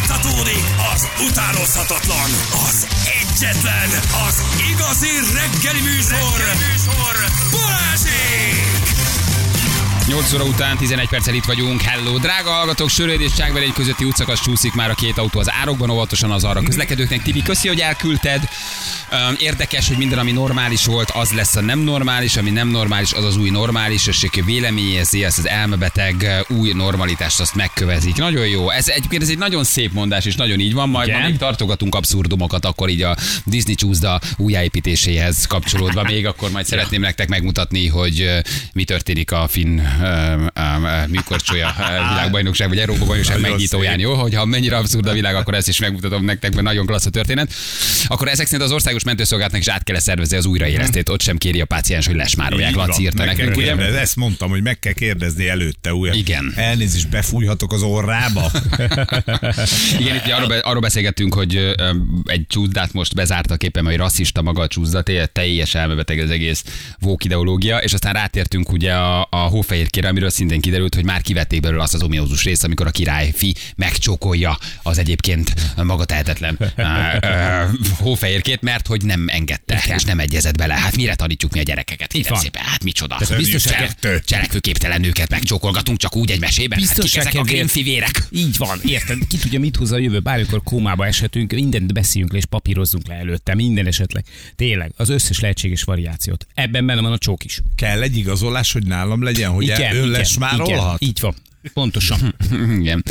Fújtatódik az utánozhatatlan, az egyetlen, az igazi reggeli műsor, reggeli műsor. Balázsék! 8 óra után 11 perccel itt vagyunk. Hello, drága hallgatók, Sörőd és Csákberény közötti utcakas csúszik már a két autó az árokban, óvatosan az arra közlekedőknek. Tibi, köszi, hogy elküldted. Öm, Érdekes, hogy minden, ami normális volt, az lesz a nem normális, ami nem normális, az az új normális, és aki véleményezi ezt az elmebeteg ö, új normalitást, azt megkövetik. Nagyon jó. Ez egyébként ez egy nagyon szép mondás, és nagyon így van. Majd ma Igen. még tartogatunk abszurdumokat, akkor így a Disney csúszda újjáépítéséhez kapcsolódva még, akkor majd szeretném nektek megmutatni, hogy ö, mi történik a finn öm, öm, ö, műkorcsolya ö, világbajnokság, vagy Európa bajnokság Nagyon megnyitóján, jó? Hogyha mennyire abszurd a világ, akkor ezt is megmutatom nektek, mert nagyon klassz a történet. Akkor ezek szerint az országos mentőszolgálatnak is át kell szervezni az újraélesztét, ott sem kéri a páciens, hogy lesmárolják. Így van, Laci írta meg kell nekünk, ugye? kérdezni. Ezt mondtam, hogy meg kell kérdezni előtte újra. Igen. Elnézést, befújhatok az orrába? Igen, itt ugye arról, be- arról beszélgettünk, hogy ö, ö, egy csúszdát most bezártak éppen, hogy rasszista maga a csúszda, té- teljes elmebeteg az egész vók ideológia, és aztán rátértünk ugye a, a hófehérkére, amiről szintén kiderült, hogy már kivették belőle azt az ominózus részt, amikor a királyfi megcsókolja az egyébként maga tehetetlen ö, ö, hófehérkét, mert hogy nem engedte, és nem egyezett bele. Hát mire tanítjuk mi a gyerekeket? Kérem van. szépen, hát micsoda. ez Biztos, is kettő. hogy cselekvőképtelen nőket megcsókolgatunk csak úgy egy mesében. Hát kik Biztonság ezek a kedvéért. grémfivérek? Így van, érted? Ki tudja, mit hozza a jövő, bármikor kómába eshetünk, mindent beszéljünk le és papírozzunk le előtte, minden esetleg. Tényleg, az összes lehetséges variációt. Ebben benne van a csók is. kell egy igazolás, hogy nálam legyen, hogy igen, ön igen, lesmárolhat? így van. Pontosan. Igen.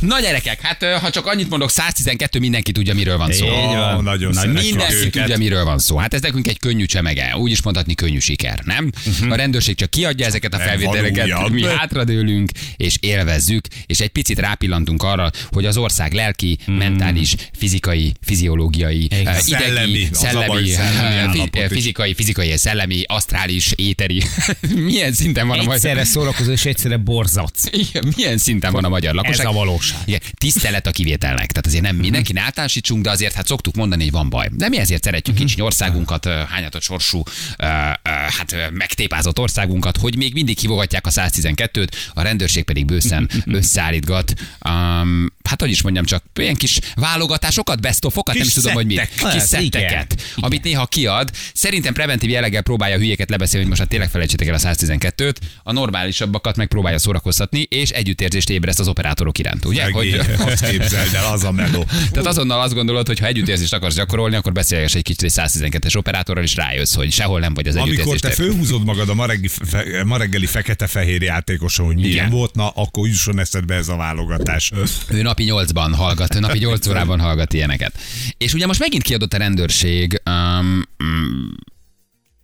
Na gyerekek, hát ö, ha csak annyit mondok, 112 mindenki tudja, miről van szó. Így van. Ó, nagyon szeretjük mindenki őket. tudja, miről van szó. Hát ez nekünk egy könnyű csemege, úgy is mondhatni könnyű siker, nem? Uh-huh. A rendőrség csak kiadja ezeket a Mhm. Nem van felvételeket, újabb. mi hátradőlünk és élvezzük, és egy picit rápillantunk arra, hogy az ország lelki, Mhm. mentális, fizikai, fiziológiai, ö, idegi, Szellemi, az a baj, szellemi, szellemi ö, fi- állapot is. fizikai, fizikai, és szellemi, asztrális, éteri. Milyen szinten van a magyar? Egyszerre szórakozó és egyszerre borzatsz. Igen, milyen szinten van a magyar lakosság? Ez a valóság. Igen, tisztelet a kivételnek. Tehát azért nem mindenki általánosítsunk, de azért hát szoktuk mondani, hogy van baj. De mi ezért szeretjük kicsiny országunkat, ö, hányatott sorsú, ö, ö, hát ö, megtépázott országunkat, hogy még mindig hívogatják a 112-t, a rendőrség pedig bőszen összeállítgat. Um, hát hogy is mondjam, csak ilyen kis válogatásokat, best of nem Kis is tudom, hogy mit. szettek. Kis Hát, szetteket, igen. amit néha kiad. Szerintem preventív jelleggel próbálja a hülyéket lebeszélni, hogy most hát tényleg felejtsétek el a 112-t, a normálisabbakat megpróbálja szórakoztatni, és együttérzést ébreszt az operátorok iránt, ugye? Hogy... Azt képzeld el, az a meló. Tehát azonnal azt gondolod, hogy ha együttérzést akarsz gyakorolni, akkor beszélgess egy kicsit egy 112-es operátorral, és rájössz, hogy sehol nem vagy az Amikor együttérzés. te fölhúzod magad a ma, reggi, fe, ma reggeli fekete-fehér játékoson, hogy milyen Igen. volt, na akkor jusson eszedbe ez a válogatás. Ő napi 8-ban hallgat, ő napi 8 órában hallgat ilyeneket. És ugye most megint kiadott a rendőrség um, mm,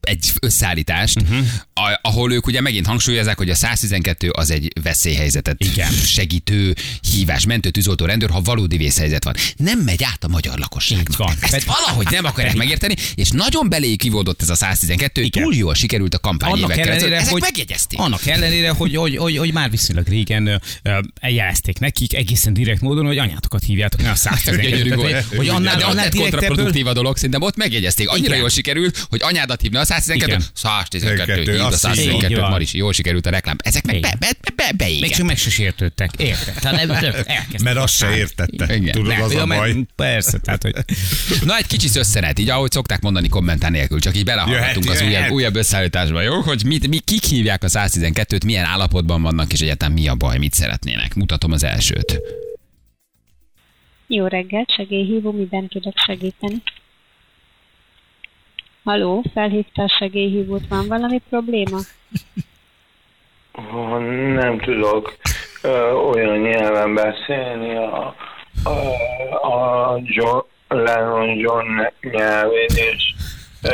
egy összeállítást, Mhm. uh-huh. a, ahol ők ugye megint hangsúlyozzák, hogy a 112 az egy veszélyhelyzetet Igen. segítő hívás, mentő, tűzoltó, rendőr, ha valódi vészhelyzet van. Nem megy át a magyar lakosságnak. Így van. Ezt valahogy nem akarják megérteni, és nagyon beléjük kivódott ez a 112, Igen. túl jól sikerült a kampány annak évekkel. ellenére, Ezek hogy, megjegyezték. Annak ellenére, hogy, hogy, hogy, hogy már viszonylag régen ö, ö, jelezték nekik egészen direkt módon, hogy anyátokat hívjátok, ne a Gyönyörű 112 volt. hogy, hogy annál, de annál az direkt ebből kontraproduktív a dolog, szerintem ott megjegyezték. Annyira Igen. jól sikerült, hogy anyádat hívna a 112, Igen. 112, Kettő, így a azt 112, így van. Maris, jól sikerült a reklám. Ezek meg be, Igen. be, be, be, még csak beégettek. meg se sértődtek. Érted? Tehát Hát nem, nem, elkezdtek Mert azt aztán. se értette. Igen. Tudod, Nem, az a ja, mert- baj. Persze, tehát, hogy Na, egy kicsit összenet, így ahogy szokták mondani kommentár nélkül, csak így belehallgatunk Jöhet, az jöhet. újabb, újabb összeállításba, jó? Hogy mit, mi, kik hívják a 112-t, milyen állapotban vannak, és egyáltalán mi a baj, mit szeretnének. Mutatom az elsőt. Jó reggelt, segélyhívó, miben tudok segíteni? Haló, felhívta a segélyhívót, van valami probléma? Ha Nem tudok ö, olyan nyelven beszélni a, a, a John, Lennon John nyelvén, és ö,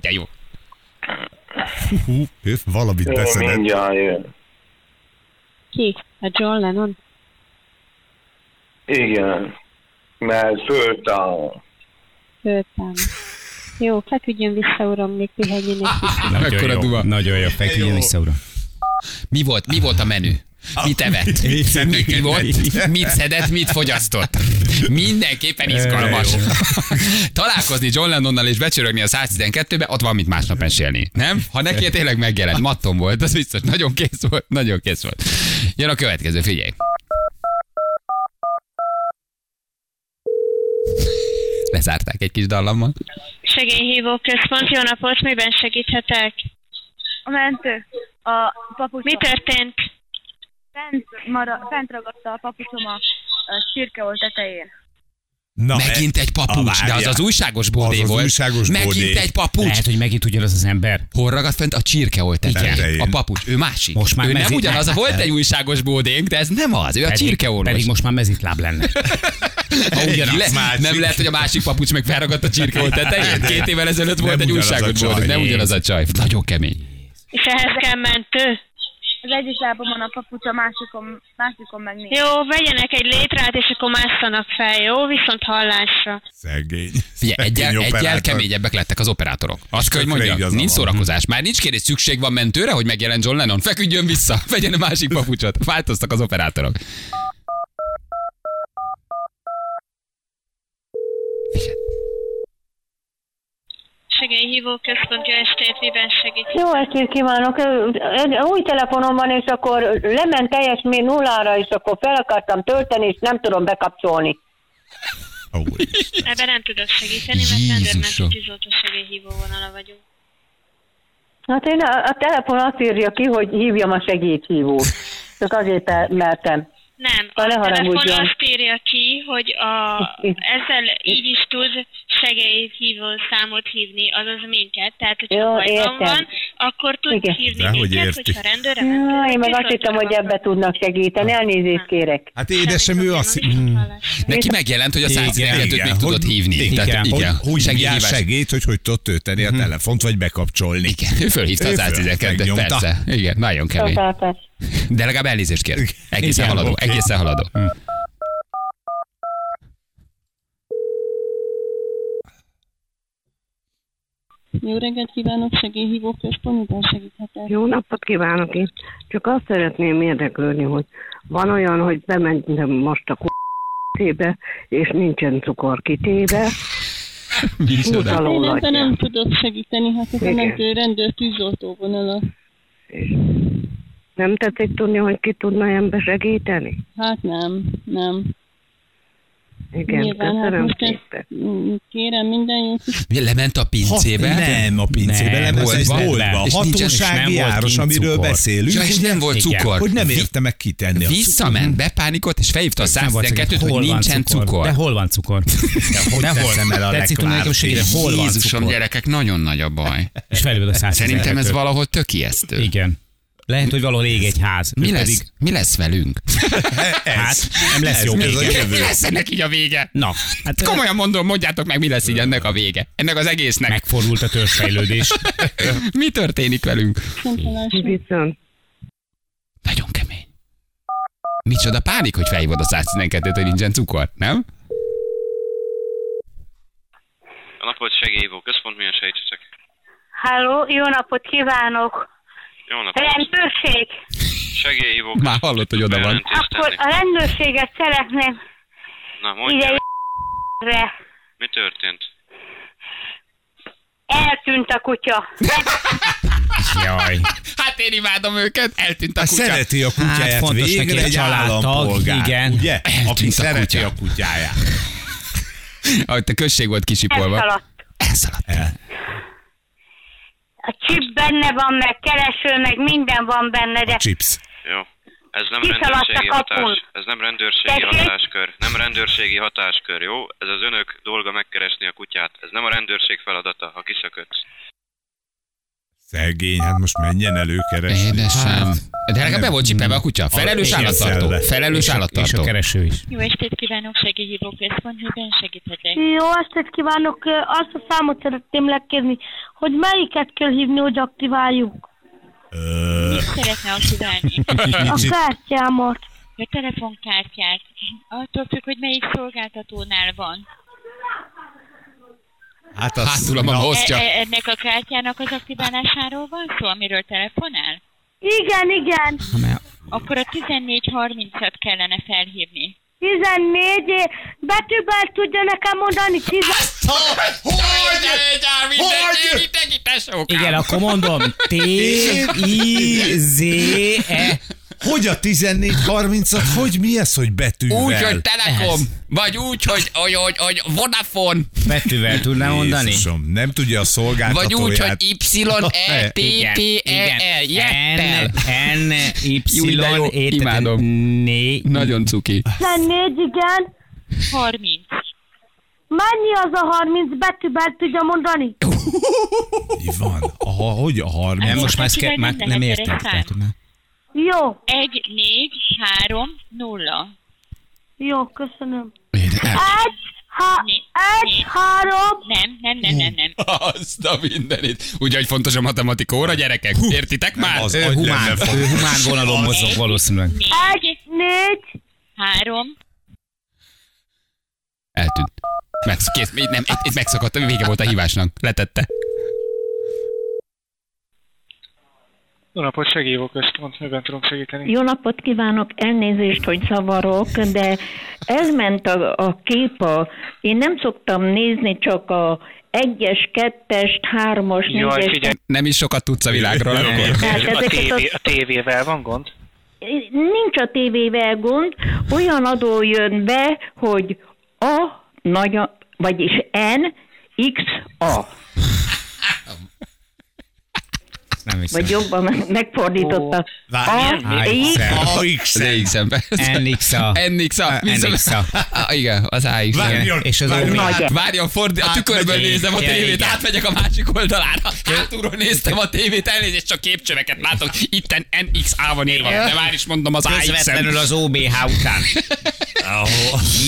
De jó. Hú, ő valamit beszedett. mindjárt jön. Ki? A John Lennon? Igen, mert föltáll. Föltem. Jó, feküdjön vissza, uram, még pihenjének is. Mekkora jó, duma. Nagyon jó, feküljön Jó. vissza, uram. Mi volt, mi volt a menü? Mit Mit evett? mi, szedett? mi volt? Mit szedett, mit fogyasztott? Mindenképpen izgalmas. Jó. Találkozni John Lennonnal és becsörögni a 112-be, ott van mit másnap mesélni. Nem? Ha neki tényleg megjelent, mattom volt, az biztos. Nagyon kész volt, nagyon kész volt. Jön a következő, figyelj. Lezárták egy kis dallammal. Segélyhívó központ, jó napot, miben segíthetek? A mentő. A papucsom. Mi történt? Fent, mara, fent ragadta a papucsom a, a sirkeol tetején. Na, Megint e- egy papucs, a de az várja. az újságos bódé Az az volt. újságos Megint bódé. egy papucs. Lehet, hogy megint ugyanaz az ember. Hol ragadt fent? A csirkeolt tetején. Igen. A papucs, ő másik. Most már ő nem mezi- ugyanaz, nem. volt egy újságos bódénk, de ez nem az, ő a csirkeorvos. Pedig most már mezitláb lenne. Ha ugyanaz. Lesz Le, másik. nem lehet, hogy a másik papucs meg felragadt a csirkeolt tetején. Két évvel ezelőtt volt egy ugyanaz a újságos csaj. bódénk, nem ugyanaz a csaj. Nagyon kemény. És ehhez kell mentő? Az egyik lábamon a papucs, a másikon, másikon meg nincs. Jó, vegyenek egy létrát, és akkor másszanak fel, jó? Viszont hallásra. Szegény. Figyelj, egyel, Szegény egyel operátor. keményebbek lettek az operátorok. Azt kell, Tökre hogy mondjam, igaza nincs van. szórakozás. Már nincs kérdés, szükség van mentőre, hogy megjelent John Lennon. Feküdjön vissza, vegyen a másik papucsot. Változtak az operátorok. Segélyhívó központ, jó estét, miben segíthetek? Jó estét kívánok! Ö, ö, Új telefonom van, és akkor lement teljes mi nullára, és akkor fel akartam tölteni, és nem tudom bekapcsolni. Ó, Ebben nem tudok segíteni, mert Jézusom. rendőrmenti tűzoltó segélyhívó vonala vagyunk. Hát én a, a telefon azt írja ki, hogy hívjam a segédhívót. Csak azért el- mertem. Nem, Na, a ne telefon haragudjon. azt írja ki, hogy a, ezzel így is tud segélyhívó számot hívni, azaz minket. Tehát, hogyha Jó, bajban értem. van, akkor tud Igen. hívni Dehogy minket, érti. hogyha rendőre Ja, én meg azt hittem, hogy ebbe tudnak segíteni. Elnézést kérek. Hát édesem, ő azt... Mm. Neki megjelent, hogy a Igen, 112-t igen. még tudod Hogy- hívni. Igen, Tehát, igen. Hogy, hogy jár Segélyhívás. segít, hogy hogy tudod tölteni a telefont, vagy bekapcsolni. Igen, ő fölhívta Ő az föl- 112-et, megnyomta. persze. Igen, nagyon kemény. Csatáltás. De legalább elnézést kér. Egészen Igen, haladó, oké. egészen haladó. Jó reggelt kívánok, segélyhívó központban segíthetek. Jó napot kívánok én! Csak azt szeretném érdeklődni, hogy van olyan, hogy bementem most a tébe, és nincsen cukor kitéve, Micsoda? utalólatja. tudok segíteni, hát ez a Igen. mentő rendőr tűzoltó vonala. Nem tetszik tudni, hogy ki tudna ilyen besegíteni? Hát nem, nem. hát Igen, hát köszönöm szépen. Mm, kérem minden jót, Mi, Lement a pincébe? Hat- Nem, a pincébe, Nem, nem, ez egy boltba. boltba. És nincsen- és nem Hatósági volt áros, kint amiről cukor. beszélünk. Ja, és nem volt Igen. cukor. Hogy nem érte meg kitenni a Visszament, bepánikolt, és felhívta a Nem volt cukor. 112-t, hogy Hol van nincsen De cukor. hol van cukor? De hogy teszem el a Tetszik tudni nekem lekvárt? segíteni, hol van Jézusom, cukor? gyerekek, nagyon nagy a baj. És felül a 112. Szerintem ez valahol tök ijesztő. Igen. Lehet, hogy valahol ég egy ház. Mi Ő lesz, pedig- mi lesz velünk? Hát, nem lesz jobb ez a vége. Mi lesz ennek így a vége? Na, hát Komolyan mondom, mondjátok meg, mi lesz így ennek a vége. Ennek az egésznek. megfordult a törzsfejlődés. Mi történik velünk? Viszont Nagyon kemény. Micsoda pánik, hogy felhívod a 112-t, hogy nincsen cukor, nem? A napot segélyhívó központ, milyen segítsetek? Halló, jó napot kívánok! Jó napot. Rendőrség! Segélyhívó Már hallott, hogy oda van. bejelentést tenni. a rendőrséget szeretném Na, mondja, ide mi történt? Eltűnt a kutya. Jaj. Hát én imádom őket, eltűnt a A kutya. szereti a kutyáját Hát fontos neki végre a egy családtag, állampolgár, igen. ugye? Eltűnt Aki a szereti kutya. a kutyáját. Ahogy a község volt kisipolva. Elszaladt. A chip benne van, meg kereső, meg minden van benne, de Chips. Jó. Ez nem Kiszaladt a rendőrségi kapun. hatás. Ez nem rendőrségi Tessék? hatáskör. Nem rendőrségi hatáskör, jó? Ez az önök dolga megkeresni a kutyát. Ez nem a rendőrség feladata, ha kiszökötsz. Szegény, hát most menjen előkeresni. Hát Édesem. De legalább be volt csipelve a kutya. Felelős Igen, állattartó. szelle. Felelős És a állattartó. kereső is. Jó estét kívánok, segélyhívó központ, miben segíthetek? Jó estét kívánok! Ö, Azt a számot szeretném lekérni, hogy melyiket kell hívni, hogy aktiváljuk. Ö, Szeretne aktiválni A kártyámat. a telefonkártyát. Attól függ, hogy melyik szolgáltatónál van. Hát az... Hátul a mama E- hoztja. e- ennek a kártyának az aktiválásáról van szó, amiről telefonál? Igen, igen. Akkor a 14.30-at kellene felhívni. 14 é- betűben tudja nekem mondani. 10 Hogy? Hogy? Igen, akkor mondom. T, I, Z, E. Hogy a 14.30-at, hogy mi ez, hogy betűvel? Úgy, hogy Telekom, vagy úgy, hogy, hogy, hogy, hogy Vodafone, Betűvel tudná mondani? Jézusom, nem tudja Hát a szolgáltatóját. vagy úgy, hogy E Y-E-T-T-E-E, E jettel. N, Júj, de jó, Y, imádom. Nagyon cuki. 14, igen. 30. Mennyi az a 30 betűben tudja mondani? Mi van? A, hogy a 30? Hát Nem, most már, ezt ke- Kicsit már nem mindenhez értek. egy szám. Tehát, már- Jó, 1, 4, 3, 0. jó, köszönöm. Én- Egy, há, Mi? Mi? egy, három, Nem, nem, nem, nem, nem. Azt a mindenit. Ugye, hogy fontos a matematika óra, gyerekek? Értitek már? az Ö, agy humán. lenne. Ő humán vonalon mozog valószínűleg. 4, négy, 3, Eltűnt. Meg, kész, mi- nem, itt, itt megszakadt, vége volt a hívásnak. Letette. Jó napot, segélyhívó központ, miben tudunk segíteni? Jó napot kívánok, elnézést, hogy zavarok, de ez ment a, a kép a... Én nem szoktam nézni csak a egyes, kettest, hármas, Jaj, négyes... figyelj, Nem is sokat tudsz a világról. akkor. tehát a, ezeket tévé, a- a tévével van gond? Nincs a tévével gond, olyan adó jön be, hogy A nagy, a- vagyis N, X, A. Nem hiszem. Vagy jobban megfordította. A, X, AX. Az egyik szembe. NXA. NXA. NXA. Vissza- Ah, Igen, az AX. Várjon, Igen, és az várjon. óra. Hát várjon, fordi, a tükörben Átmegyek. nézem a Ja, tévét, igen. átmegyek a másik oldalára. Hátulról néztem a tévét, elnézést, csak képcsöveket látok. Itten NXA van írva, de már is mondom az AX-en. Közvetlenül az OBH után.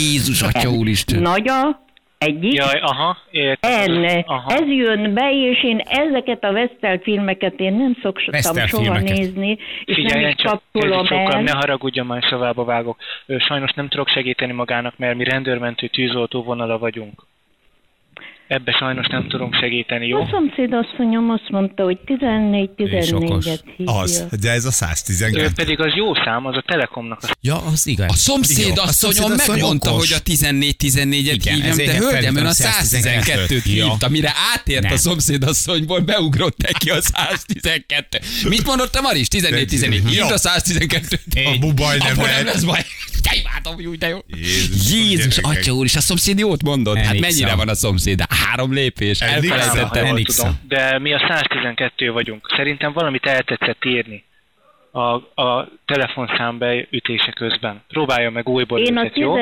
Jézus, atya úristen. nagy A, egyik, Jaj, aha, értem. N. Aha. Ez jön be, és én ezeket a Vestel filmeket én nem Western szoktam soha filmeket. nézni, és nem Figyeljen is csak, nézd, kapcsolom csókolom, ne el. haragudjon, már szavába vágok. Ö, Sajnos nem tudok segíteni magának, mert mi rendőrmentő tűzoltó vonala vagyunk. Ebbe sajnos nem tudunk segíteni, jó? A szomszédasszonyom azt mondta, hogy 14-14-et hívja. Az, de ez a Ö, 112. pedig az jó szám, az a Telekomnak a Ja, az igaz. A szomszéd Igen, a asszonyom szomszédasszony megmondta, okos. hogy a 14-14-et Igen, hívjam, ezért de hölgyem, felhívtam ön a a 112-t 112-t hívta, mire átért Nem. a szomszédasszonyból, beugrott neki a 112 Mit mondott te, Maris? 14-14. Hívd a 112-t. A bubaj nem Abban nem lehet. lesz baj. Te imádom, úgy de jó. Jézus, Jézus, gyerekek. atya úr, és a szomszéd jót mondott. Hát Elég mennyire szám. van a szomszéd? Három lépés, Elég szám. ha elfelejtettem. jól Elég szám. tudom, de mi a 112 vagyunk. Szerintem valamit eltetszett írni a, a telefonszám beütése közben. Próbálja meg újból Én a őket, jó?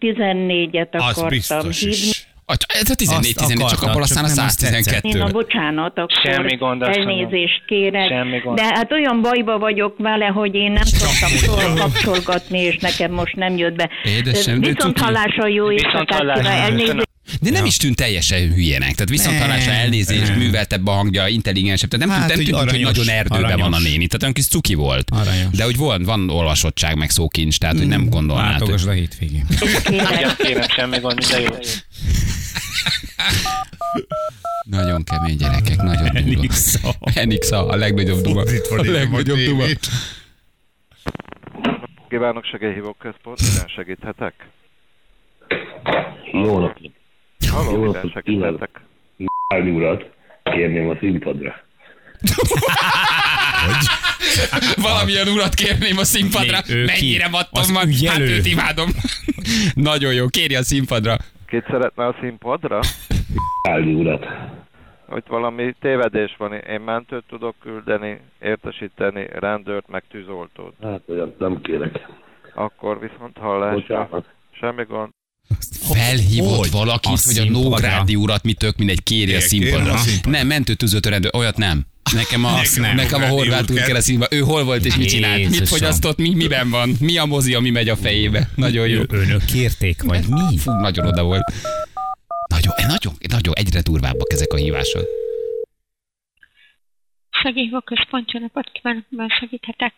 14-14-et Az akartam biztos hívni. is. Atya, Ez a 14-14, csak akartam, abból aztán a csak nem azt Én a 112 bocsánat, akkor Semmi gond, asszonyom. elnézést kérek. Semmi gond. De hát olyan bajba vagyok vele, hogy én nem szoktam soha kapcsolgatni, és nekem most nem jött be. Édesem, de Viszont cuki. hallásra jó Viszont éjszakát hallásra. kívánok. Elnézést. De nem is tűnt teljesen hülyének. Tehát viszont hallásra Nem. elnézés, Nem. műveltebb a hangja, intelligensebb. Tehát nem, Hát, hát, nem hogy tűnt, hogy aranyos, nagyon erdőben van a aranyos. néni. Tehát olyan kis cuki volt. Aranyos. Mm. De hogy van, van olvasottság, meg szókincs, tehát hogy nem Hát, gondolnád. hogy- Látogasd a hétvégén. Ugyan kérem, semmi gond, minden jó. Nagyon kemény gyerekek, nagyon durva. Elixa. Enixa a legnagyobb duma. Fordítva A nézem a legnagyobb duma. tévét. Kívánok segélyhívó központ, miben segíthetek? Jó napot. Halló, Jó miben napot kívánok. segíthetek? Ági urat kérném a színpadra. Valamilyen urat kérném a színpadra. Még ő ki? Mennyire Az vattam van. Hát ügyelő. őt imádom. Nagyon jó, kérj a színpadra. Kit szeretne a színpadra? Ági urat. Hogy valami tévedés van, én mentőt tudok küldeni, értesíteni, rendőrt, meg tűzoltót. Hát olyat nem kérek. Akkor viszont hallásra. Bocsánat. Semmi gond. felhívott hogy? Hogy? valakit, A hogy a színpadra? Nógrádi urat mi tök mindegy kéri a Igen, kérje színpadra. a színpadra. Nem, mentőtűzőtő rendőr, olyat nem. Nekem a, Azt nem. nekem a Nógrádi horvát út úr kell. kell a színpadra. Ő hol volt és mit csinált? Mit Jézusom. fogyasztott, mi, miben van? Mi a mozi, ami megy a fejébe? Nagyon jó. Önök kérték, vagy mi? Fú, nagyon oda volt. Nagyon, eh, nagyon, nagyon egyre durvábbak ezek a hívások. Segélyhívó központ, jó napot kívánok, miben segíthetek?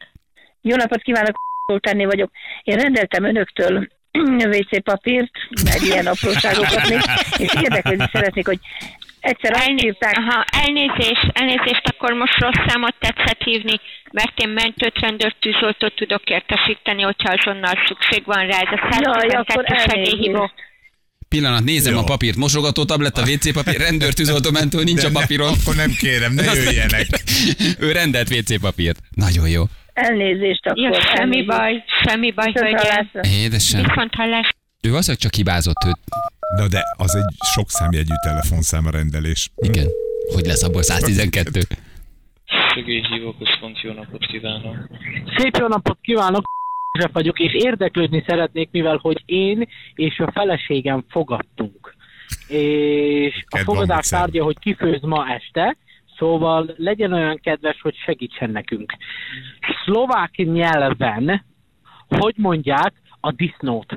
Jó napot kívánok, tenni vagyok. Én rendeltem önöktől WC papírt, meg ilyen apróságokat még, és érdeklődni szeretnék, hogy egyszer azt írták, Aha, elnézést, elnézést, akkor most rossz számot tetszett hívni, mert én mentőt, rendőrt, tűzoltót tudok értesíteni, hogyha azonnal szükség van rá. Ez a Jaj, akkor 112 segélyhívó. Pillanat, nézem a papírt, mosogató tablet, a WC papír, rendőr tűzoltó mentő, nincs De a ne- papíron. Akkor nem kérem, ne Azt- jöjjenek. Ő rendelt WC papírt. Nagyon jó. Elnézést akkor. Jó, semmi elnézést. baj, semmi baj, Viszont hölgyem. hallásra. Édesem. Viszont hallás. Ő valószínűleg csak hibázott őt. Na de az egy sok számjegyű telefonszám a rendelés. Igen. Hogy lesz abból 112? Segélyhívó központ, jó napot kívánok. Szép jó napot kívánok! József vagyok, és érdeklődni szeretnék, mivel hogy én és a feleségem fogadtunk. És a Kedv van fogadás hozzá. tárgya, hogy kifőz ma este, szóval legyen olyan kedves, hogy segítsen nekünk. Szlovák nyelven, hogy mondják a disznót?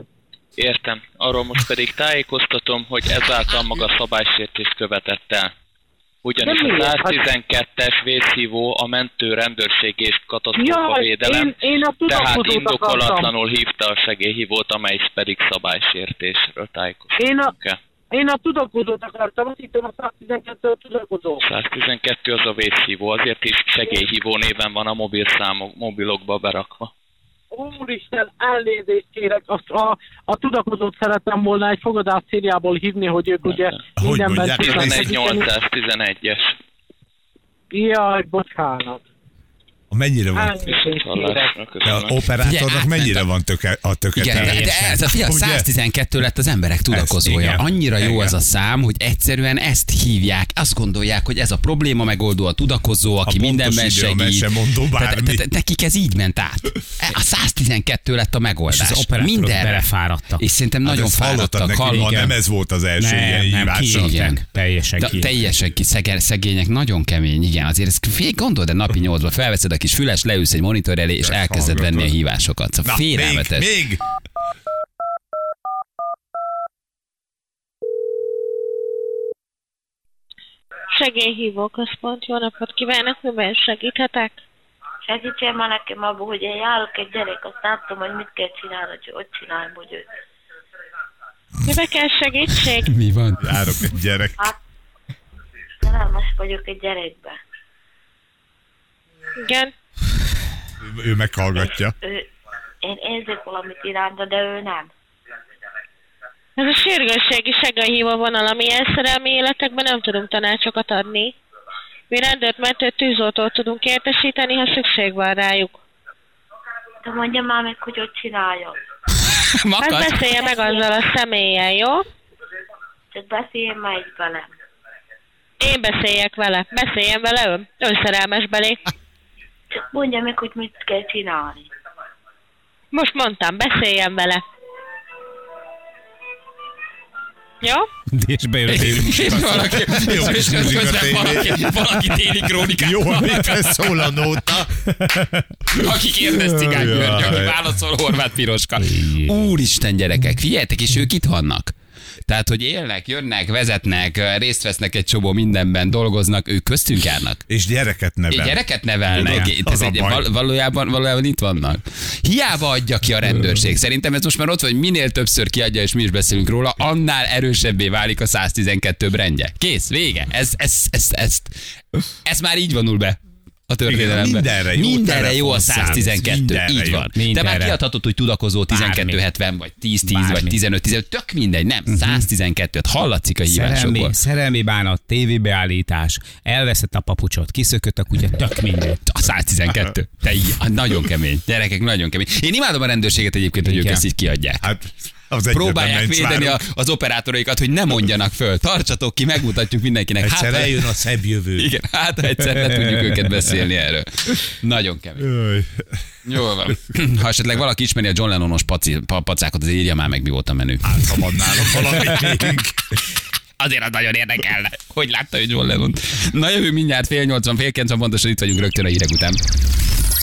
Értem. Arról most pedig tájékoztatom, hogy ezáltal maga szabálysértést követett el. Ugyanis De a miért? Hát- 112-es vészhívó a mentő rendőrség és katasztrófa Jaj, védelem, én- én a tudakozót tehát akartam. indokolatlanul hívta a segélyhívót, amely pedig szabálysértésről tájékoztatunk. Én a, el. én a tudakozót akartam, azt hittem a 112 a tudakozó. 112 az a vészhívó, azért is segélyhívó néven van a mobilszámok, mobilokba berakva. Úristen, elnézést kérek, azt a, a tudakozót szerettem volna egy fogadás Szíriából hívni, hogy ők ugye mindenben... tudnak 11811-es. Jaj, bocsánat. A mennyire van? Elnézést kérek. De az operátornak mennyire van töke, a Igen, tökéletes? de, de ez a figyelj, 112 lett az emberek Ez, tudakozója. igen. Annyira jó Igen. ez a szám, hogy egyszerűen ezt hívják, azt gondolják, hogy ez a probléma megoldó, a tudakozó, aki pontos mindenben idő, a segít. mese mondó, Tehát- bármi. tehát Nekik ez így ment át. A 112 lett a megoldás. És az operátorok Mindenre. belefáradtak. És szerintem Hát nagyon ezt hallottad fáradtak. nekünk, ha nem ez volt az első Nem, ilyen nem, hívása. kiégtek. Teljesen De, kiégtek. Teljesen ki, szege- szegények, nagyon kemény, igen. Azért ezt fél gondold, de napi nyolcban felveszed a kis füles, leülsz egy monitor elé, és elkezded hallgatod. venni a hívásokat. Szóval Na, még, félelmetes. még. Segélyhívó központ, jó napot kívánok, miben segíthetek? Segítsen már nekem abban, hogy én járok egy gyerek, azt nem tudom, hogy mit kell csinálni, hogy hogy csináljam, hogy őt. Mibe kell segítség? Mi van? Járok egy gyerek. Hát, szerelmes vagyok egy gyerekbe. Igen. Ő- Ő meghallgatja. Ő, én érzek valamit iránta, de ő nem. Ez a sürgősségi segélyhívó vonal, ami szerelmi életekben nem tudunk tanácsokat adni. Mi rendőrt, mentő tűzoltót tudunk értesíteni, ha szükség van rájuk. De mondja már meg, hogy hogy csináljam. Hát beszélje meg azzal a személyen, jó? Csak beszéljen már egy velem. Én beszéljek vele. Beszéljen vele ön. Ön szerelmes belé. Csak mondja meg, hogy mit kell csinálni. Most mondtam, beszéljen vele. Jó? És bejön a És valaki, Jó, és és nézik a közben tévét. valaki, valaki téli krónikát. Jó, hallgat. szól a nóta? Aki kérdez cigány Jaj. György, aki válaszol Horváth Piroska. Úristen gyerekek, figyeljetek, és ők itt vannak. Tehát, hogy élnek, jönnek, vezetnek, részt vesznek egy csomó mindenben, dolgoznak, ők köztünk járnak. És gyereket nevel. Gyereket nevelnek. Tudod, Ez az a egy, baj. val- valójában, valójában itt vannak. Hiába adja ki a rendőrség. Szerintem ez most már ott van, hogy minél többször kiadja, és mi is beszélünk róla, annál erősebbé válik a 112 rendje. Kész, vége. Ez, ez, ez, ez, ez, ez már így vonul be a történelembe. Igen, mindenre jó mindenre jó a telefonszám. 112. Mindenre így jó. van. Te már Mindenre. kiadhatod, hogy tudakozó 1270, vagy 1010, vagy 1515, tök mindegy, nem. 112 -t hallatszik a Szerelmi, hívásokból. szerelmi bánat, tévébeállítás, elveszett a papucsot, kiszökött a kutya, tök mindegy. A 112. Te így, ah, nagyon kemény. Gyerekek, nagyon kemény. Én imádom a rendőrséget egyébként, hogy ők Igen. ezt így kiadják. Hát, az egyetlen Próbálják mencs védeni a, várunk. az operátoraikat, hogy ne mondjanak föl. Tartsatok ki, megmutatjuk mindenkinek. Hát, Egyszer ha- eljön a szebb jövő. Igen, hát ha egyszer le tudjuk őket beszélni erről. Nagyon kemény. Jaj. Jól van. Ha esetleg valaki ismeri a John Lennonos paci, pa, pacákot, az írja már meg, mi volt a menü. Hát, ha van nálunk valami. Azért az nagyon érdekelne, hogy látta ő John Lennon. Na jövő mindjárt fél 80, fél 90 pontosan itt vagyunk rögtön a hírek után.